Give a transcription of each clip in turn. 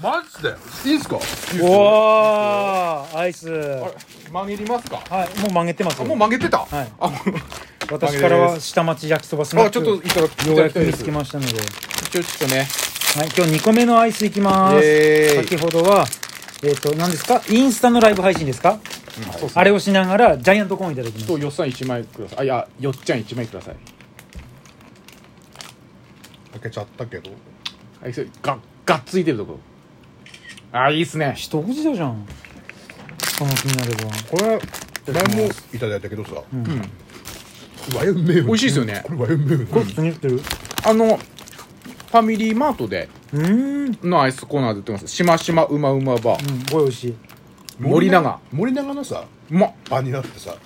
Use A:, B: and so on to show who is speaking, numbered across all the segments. A: マジでいいんすか
B: おおアイス
A: あ
B: は
A: れ曲げりますか
B: いもう曲げてます
A: あ
B: よ
A: もう曲げてた、
B: はい
A: あ
B: 私からは下町焼きそばスナッ
A: あ
B: ク
A: ちょっといただき
B: ようやく見つけ
A: ま
B: ましたので、は
A: すちょっとね
B: い、今日2個目のアイスいきま
A: イエ
B: す
A: ーイ
B: 先ほどはえっ、と何ですかインスタのライブ配信ですか
A: そう
B: あれをしながらジャイアントコーンいただきます
A: とよっさん一枚くださいあいやよっちゃん一枚ください
C: 開けちゃったけど
A: はいそれががっついてるとこあいいっすね
B: 一口だじゃんこの気になれば
C: これは前もいただいたけどさ、うん、和洋名物
A: 美味しいですよね
C: これ和洋名
B: これ
C: 物
B: 普通に売ってる
A: あのファミリーマートで
B: うーんうん
A: のアイスコーナーで売ってますしましまうまうまバー、
B: これ美味しい
A: 森永
C: 森永のさ
A: うまっ
C: バニラってさ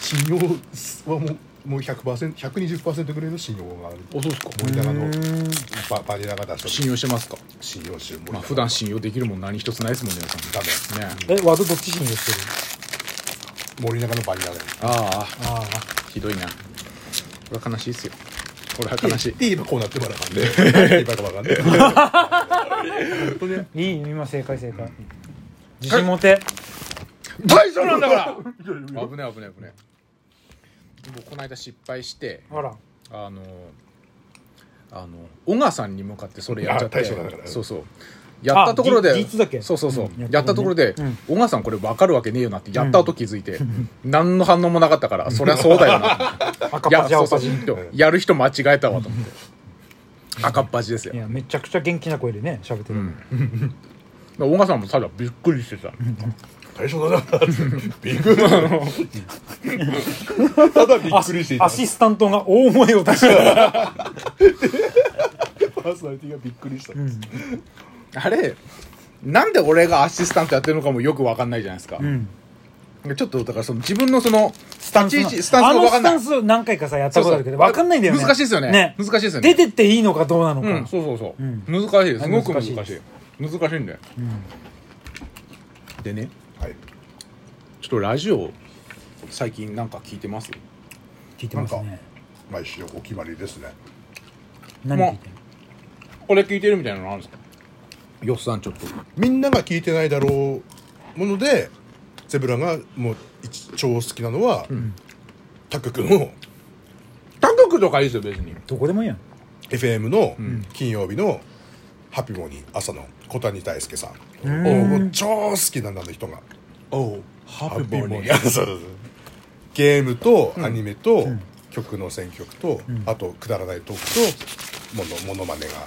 C: 信用はもうもう 100%120% ぐらいの信用がある
A: おそうですか
C: 森永
B: う
C: の
B: ーん
C: ババニラが出した
A: 信用してますか
C: 信用してる森
A: まあ
C: 永
A: 普段信用できるもん何一つないですもんねよっ
C: ダ
A: さ
C: メ
A: んね
B: えワードどっちに言ってる
C: 森永のバニラだよ
A: あ
B: ああ
A: あひどいなこれは悲しいっすよこれは悲しい
C: で今こうなってばら かんでなんで今かわかんね本当ね
B: いい今正解正解自信持て
A: 大丈夫なんだから危ない危ない危ない僕この間失敗して
B: ほら
A: あのあの小川さんに向かってそれやっちゃって
C: あ大将だから
A: そうそうやったところで
B: あじ実だっけ
A: そうそうそう、
B: うんやったね
A: やったところで、
B: うん
A: 小川さんこれ分かるわけねえよなってやった後気づいて、何の反応もなかったからそりゃそうだ よなって
B: 赤
A: いや
B: パジ
A: そう
B: 青
A: そ
B: パ
A: う
B: ジい
A: そうやる人間違えたわと思って赤っ端ですよ
B: やめちゃくちゃ元気な声でね喋ってる、
A: うん小川さんもただびっくりしてた
C: 大将だなってびっくり ただびっくりしていた
B: アシスタントが大声を出して る
C: パーソナリティがびっくりした、
A: あれなんで俺がアシスタントやってるのかもよく分かんないじゃないですか、
B: うん
A: ちょっとだからその自分のそのスタン
B: ス
A: スタンスが分かんな
B: あ
A: い
B: のスタンス何回かさやったことあるけど分かんないんだよね
A: 難しいですよね難しいですよ
B: 出
A: ね
B: てっていいのかどうなのか、
A: うんそうそうそう、
B: うん
A: 難しいですすごく
B: 難
A: 難
B: し
A: し
B: い
A: い
B: で
A: 難
B: す
A: しいんだよ、でね
C: はい
A: ちょっとラジオ最近なんか聞いてます
B: 聞いてますね
C: 毎週お決まりですね
B: 何聞いてる
A: これ聞いてるみたいなのあるんですかよっさんちょっと
C: みんなが聞いてないだろうものでゼブラがもう一超好きなのは、タク君を
A: 高くとかいいですよ別に
B: どこでもいいやん
C: FM の金曜日のハピモーニー朝の小谷大輔さん、おう超好きなんだね人が
A: おハ
C: ハピモーニー そうそうそうゲームとアニメと、曲の選曲と、あとくだらないトークとものモノマネが、うん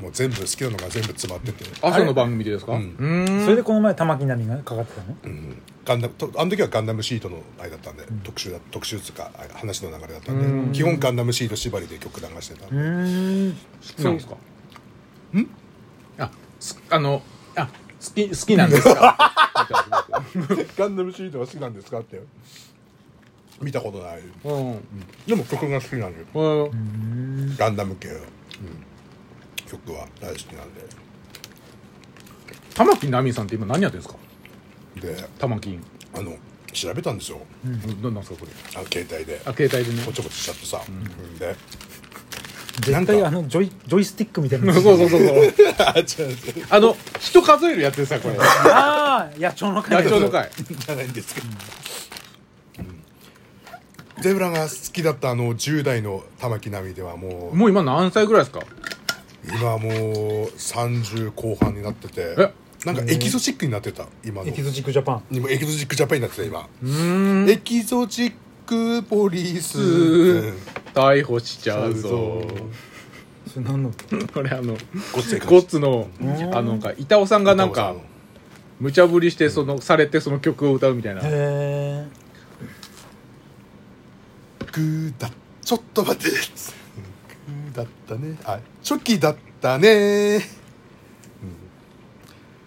C: もう全部好きなのが全部詰まってて、
A: 朝の番組でですかう
C: うん
A: ん
B: それでこの前玉木奈美がかかってたの
C: うんガンダムとあの時はガンダムシートのあれだったんで、特集だ特集っつうかあ話の流れだったんで基本ガンダムシート縛りで曲流してた、
B: うーん
A: そうなんですかんあすあのあ好き好きなんですか
C: ガンダムシートは好きなんですかって見たことない
A: うん、
C: でも曲が好きなんで、
A: うん
C: ガンダム系、うん曲は大好きなん
A: 玉木奈美さんって今何やってるんです
C: で
A: か
C: で
A: 玉木
C: あの調べたんですよ
A: うん、なんなんですかこれ
C: あの携帯で
A: あ携帯でね
C: こちょこちしちゃってさ、 で
B: 絶対あのジョイジョイスティックみたいな
A: そうそうそうそ
C: あ
A: う
C: 違う違う
A: あの人数えるやつですさこれ
B: ああ野鳥の会
A: 野鳥 の会
C: じゃないんですけど、うんゼブラが好きだったあの10代の玉木奈美ではもう
A: もう今何歳ぐらいですか
C: 今はもう30後半になってて
A: え
C: なんかエキゾチックになってた今の
B: エキゾチックジャパン
C: 今エキゾチックジャパンになってた今
A: うん
C: エキゾチックポリス、うん
A: 逮捕しちゃうぞ
B: それ何の
A: これあの
C: ごっつええ感じ
A: ゴッツのあのなんか板尾さんがなんか無茶ぶりしてそのされてその曲を歌うみたいな
B: へえ
C: グーだちょっと待ってグーだったねあチョキだったね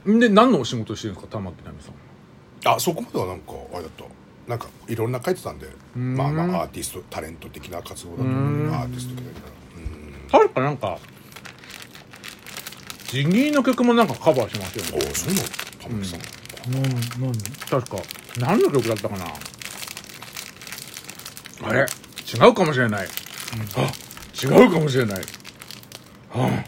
A: で何のお仕事してるんですか玉木奈美さん
C: あそこまではなんかあれだったなんかいろんな書いてたんで
A: ん
C: まあまあアーティストタレント的な活動だと思うアーティスト的なうん
A: 確かなんかジギーの曲もなんかカバーしますよ
C: お
A: ね
C: おそういうの玉木さん、
B: 何何
A: 確か何の曲だったかなあれ違うかもしれない、あ違うかもしれないは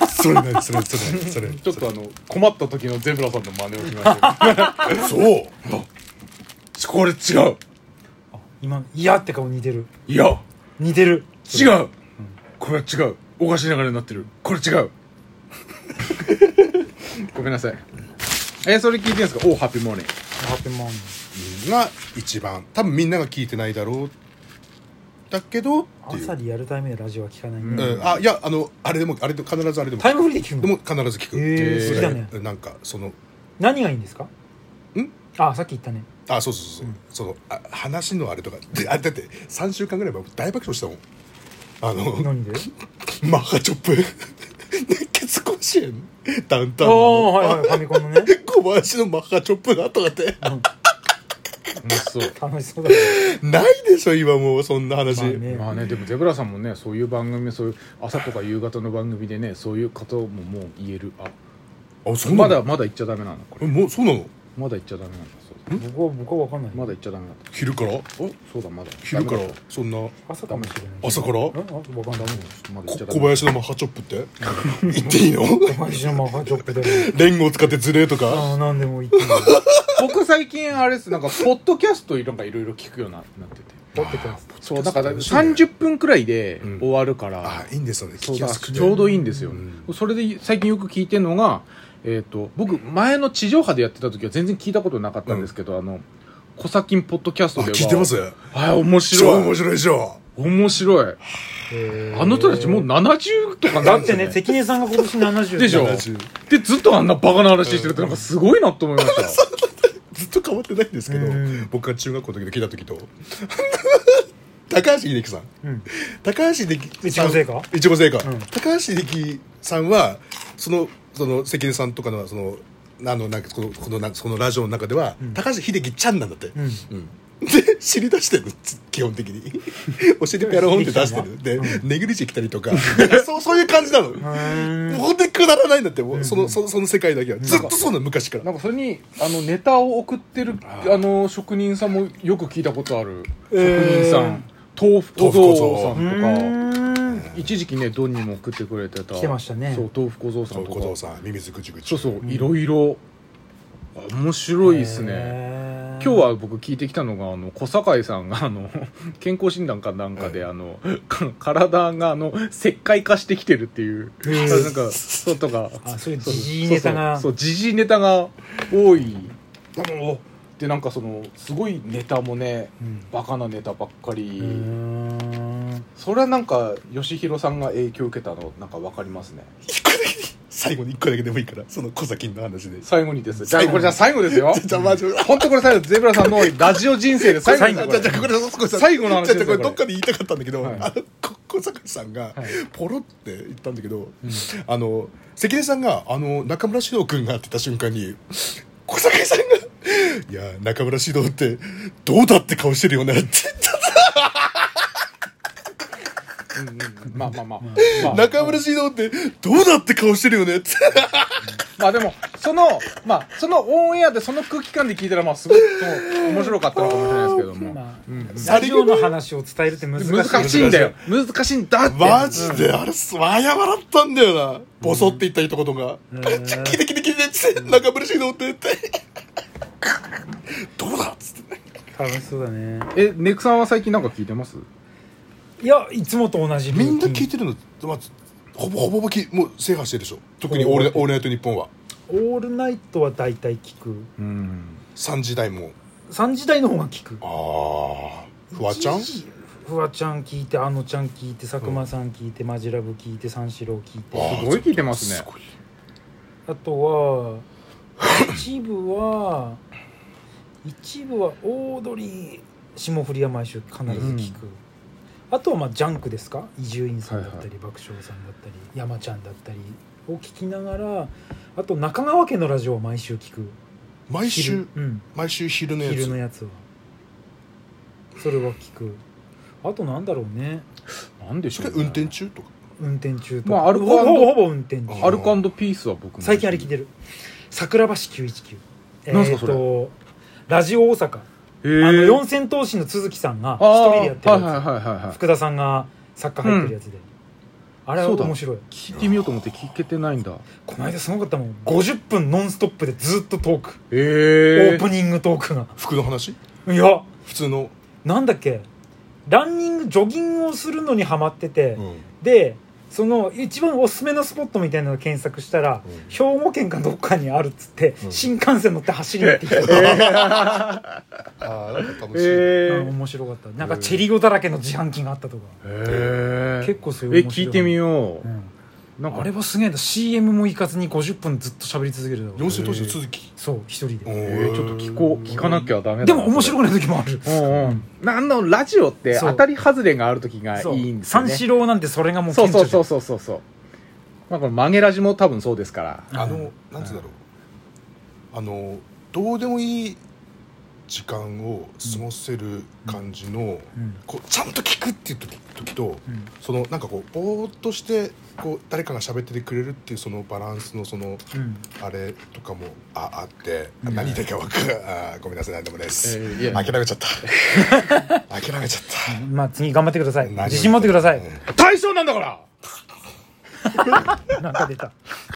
A: あ
C: それ何それそれそれ
A: ちょっとあの困った時のゼブラさんの真似をしましたよ
C: そう
A: ち これ違う
B: 今「いや」って顔似てる
A: いや
B: 似てる
A: 違う、これは違うおかしい流れになってるこれ違う ごめんなさいえそれ聞いてるんですかおハッピーモーニング
B: ハッピーモーニン
C: が一番多分みんなが聞いてないだろうだけどって
B: グ
C: いう
B: 朝、リアルタイムでラジオは聞かないん
C: う
B: で、
C: ん、あいやあのあれでもあれで必ずあれでも
B: タイムフリーで聞く
C: でも
B: の
C: 必ず聞く、
B: へ
A: ー好き
B: だね
C: なんかその
B: 何がいいんですかんあさっき言ったね
C: あそうそうそう、そのあ話のあれとかであだって3週間ぐらい前僕大爆笑したもんあ の
B: 何で
C: マハチョップ 熱血甲子園ダウンタウン
B: おお
C: の
B: はいはいファミコンのね
C: 小林のマハチョップだとかって
A: 楽しそう
B: 楽しそうだね
C: ないでしょ今もうそんな話、
B: まあね
A: まあねでもゼブラさんもねそういう番組そういう朝とか夕方の番組でねそういう方ももう言えるあ
C: あそうな
A: ま
C: の
A: だまだ言っちゃダメなのこ
C: え
A: れ
C: もうそうなの
A: まだ言っちゃダメなんだそうだ
B: 僕は僕は分かんない
A: まだ言っちゃダメなんだ
C: 昼から
A: おそうだまだ
C: 昼から
A: ダメだ
C: そんな
B: 朝かもしれない
C: 朝から
B: んあ分かんない
A: まだ言っ
C: こ
A: ちゃダ
C: 小
A: メ
C: 林のマハチョップって 言っていいの
B: お前一緒のマハチョッ プで
C: レンゴを使ってズレとか
B: ああ何でも言っていいよ
A: 僕最近あれですなんかポッドキャストなんかいろいろ聞くようになってて
B: 撮ってください
A: そうだから
C: 楽しいね
A: 30分くらいで
C: うん
A: 終わるから、
C: あいいんですよね聞
A: そう
C: き
A: だ
C: やすくて
A: ちょうどいいんですよ、
C: ん
A: それで最近よく聞いてるのが、えー、と僕前の地上波でやってた時は全然聞いたことなかったんですけど、あのコサキンポッドキャス
C: あ
A: トでは
C: 聞いてます
A: はい面
C: 超
A: 白
C: 面
A: い
C: 白いでしょ
A: 面白い
B: へー
A: あの人たちもう70とか
B: だ
A: なん
B: っ
A: です
B: て
A: よ
B: ね関根さんが今年70
A: でしょ
C: 70
A: でずっとあんなバカな話してるってなんかすごいなと思いました
C: ずっと変わってないんですけど、
B: うん
C: 僕が中学校の時に聞いた時と 高橋英樹さん
B: うん
C: 高橋英樹さん
B: いちご製菓
C: いちご製菓、
B: ん
C: 高橋英樹さんはそのその関根さんとかのそのあのなんかこのこのなんかそのラジオの中では、高橋英樹ちゃんなんだって、
B: うん
C: で知り出してるつ基本的 にお尻ペロンって出してるで、ネグリジェ着たりとか そうそういう感じなのもう
B: へ
C: ほんでくだらないんだってもうそのそのその世界だけはずっとそうなの昔から
A: なんかそれにあのネタを送ってるあの職人さんもよく聞いたことある職
B: えー
A: 人さん、豆腐小僧さんとか。
B: ー
A: 一時期ねドンにも送ってくれてた
B: 来てましたね
A: そう豆腐小僧さんと
C: 小
A: か
C: 僧さんミミズグチグチ
A: そうそう、いろいろ面白いですね
B: ね
A: 今日は僕聞いてきたのがあの小堺さんがあの 健康診断かなんかで、あの か体があの石灰化してきてるっていう、
B: へえ
A: なんかそうとか
B: あそういう時事ネタが
A: そうそうそう時事ネタが多いおでなんかそのすごいネタもね、
B: うん
A: バカなネタばっかり、
B: うーん
A: それはなんか吉弘さんが影響を受けたのなんかわかりますね
C: 一個だけでいい最後に一個だけでもいいからその小崎の話で
A: 最後にですじゃ
C: 最
A: あ
C: 後
A: これじゃあ最後ですよ
C: じゃあまあじゃあ
A: 本当これ最後ゼブラさんのラジオ人生で最後
C: じゃ
A: な
C: あ
A: んだ
C: じゃあこ
A: これ
C: れ少し
A: 最後の話
C: じゃあ
A: ですよ
C: これ
A: これ
C: どっかで言いたかったんだけど、
A: はい
C: あのこ小坂さんが
A: はい
C: ポロって言ったんだけど、あの関根さんがあの中村獅童君がって言った瞬間に小坂さんが「いや中村獅童ってどうだって顔してるよね」って言った
A: うんうんまあまあまあ、まあ、
C: 中村獅童ってどうだって顔してるよねって
A: まあでもそのまあそのオンエアでその空気感で聞いたらまあすごいそう面白かったのかもしれないですけども、
B: まあ
A: うん
B: ラジオの話を伝えるって難しい
A: 難しいんだよ難しいんだって
C: マジであれす謝らったんだよなボソって言った一言が
B: ん
C: 「ちょキレキレキレ」っつって中村獅童って言 って「どうだ」っつって
B: 楽しそうだね
A: えネクさんは最近なんか聞いてます
B: いやいつもと同じ
C: みんな聞い
B: て
C: てるの、まあ、ほぼほぼほぼきもう制覇してるでしょ特にオールナ「オールナイトニッポン」は
B: 「オールナイト」は大体聞く
A: うん
C: 3時台も
B: 3時台の方が聞く
C: ああフワちゃん
B: 一時フワちゃん聞いてあのちゃん聞いて佐久間さん聞いてマジラブ聞いて三四郎聞いて
A: すごい聞いてますね
C: すごい
B: あとは一部は一部はオードリー霜降りは毎週必ず聞く、あとはまあジャンクですか伊集院さんだったり、
A: はい
B: 爆笑さんだったり山ちゃんだったりを聞きながらあと中川家のラジオを毎週聞く
C: 毎週
B: 昼,、うん、
C: 毎週昼のや
B: 昼の
C: つ
B: やつはそれは聞くあとなんだろうね
A: なんで
C: そ
A: しょう
C: れ
A: ね、
C: 運転中とか
B: 運転中とか、
A: まあアルコ
B: ほぼほぼほぼ運転中
C: あ
A: アルコピースは僕も
B: 最近あれ聞いてる桜橋919え
A: なんすか
B: ー、
A: それ
B: とラジオ大阪、
A: へー
B: あの四千頭身の都築さんが一
A: あー
B: 人でやってるやつ、
A: はいはいはいはいはい
B: 福田さんが作家入ってるやつで、あれは
A: そうだ
B: 面白い
A: 聞いてみようと思って聞けてないんだ
B: この間すごかったもん50分ノンストップでずっとトーク、
A: ええ
B: オープニングトークが
C: 服の話
B: いや
C: 普通の、
B: なんだっけランニングジョギングをするのにハマってて、
C: うん
B: でその一番おすすめのスポットみたいなのを検索したら、
C: うん
B: 兵庫県かどっかにあるっつって、
C: うん
B: 新幹線乗って走りに行ってきた、
C: ああなんか楽しい、
B: うん
A: え
B: 面白かったなんかチェリゴだらけの自販機があったとか、
A: え
B: 結構そう
A: え
B: いう面白い
A: 聞いてみよ
B: うん
A: うなんか
B: あれはすげえんだ CM も行かずに50分ずっと喋り続けるだろ
C: 四千頭身の続き
B: そう一人で
A: えーちょっと聞こう聞かなき
C: ゃ
A: ゃダメだ
B: でも面白
A: い
B: くない時もある
A: うんうんなんのラジオって
B: そう
A: 当たり外れがある時がい
B: そう
A: いんですよ
B: 三
A: ね
B: 四郎なんてそれがもう
A: そうそうそううそうそうそうまあこの曲げラジも多分そうですから
C: あのなんつうんだろうあのどうでもいい時間を過ごせる感じの、
B: うん
C: こうちゃんと聞くっていう時時と
B: うん
C: そのなんかこうぼーっとしてこう誰かが喋っててくれるっていうそのバランスのその
B: うん
C: あれとかもああって、
B: うん
C: 何だかわかあーごめんなさい何でもないです、
A: えーいや
C: 諦めちゃった 諦めちゃっ
B: まあ次頑張ってくださ
C: た
B: い自信持ってください
C: うん
A: 大将なんだから
B: なんか出た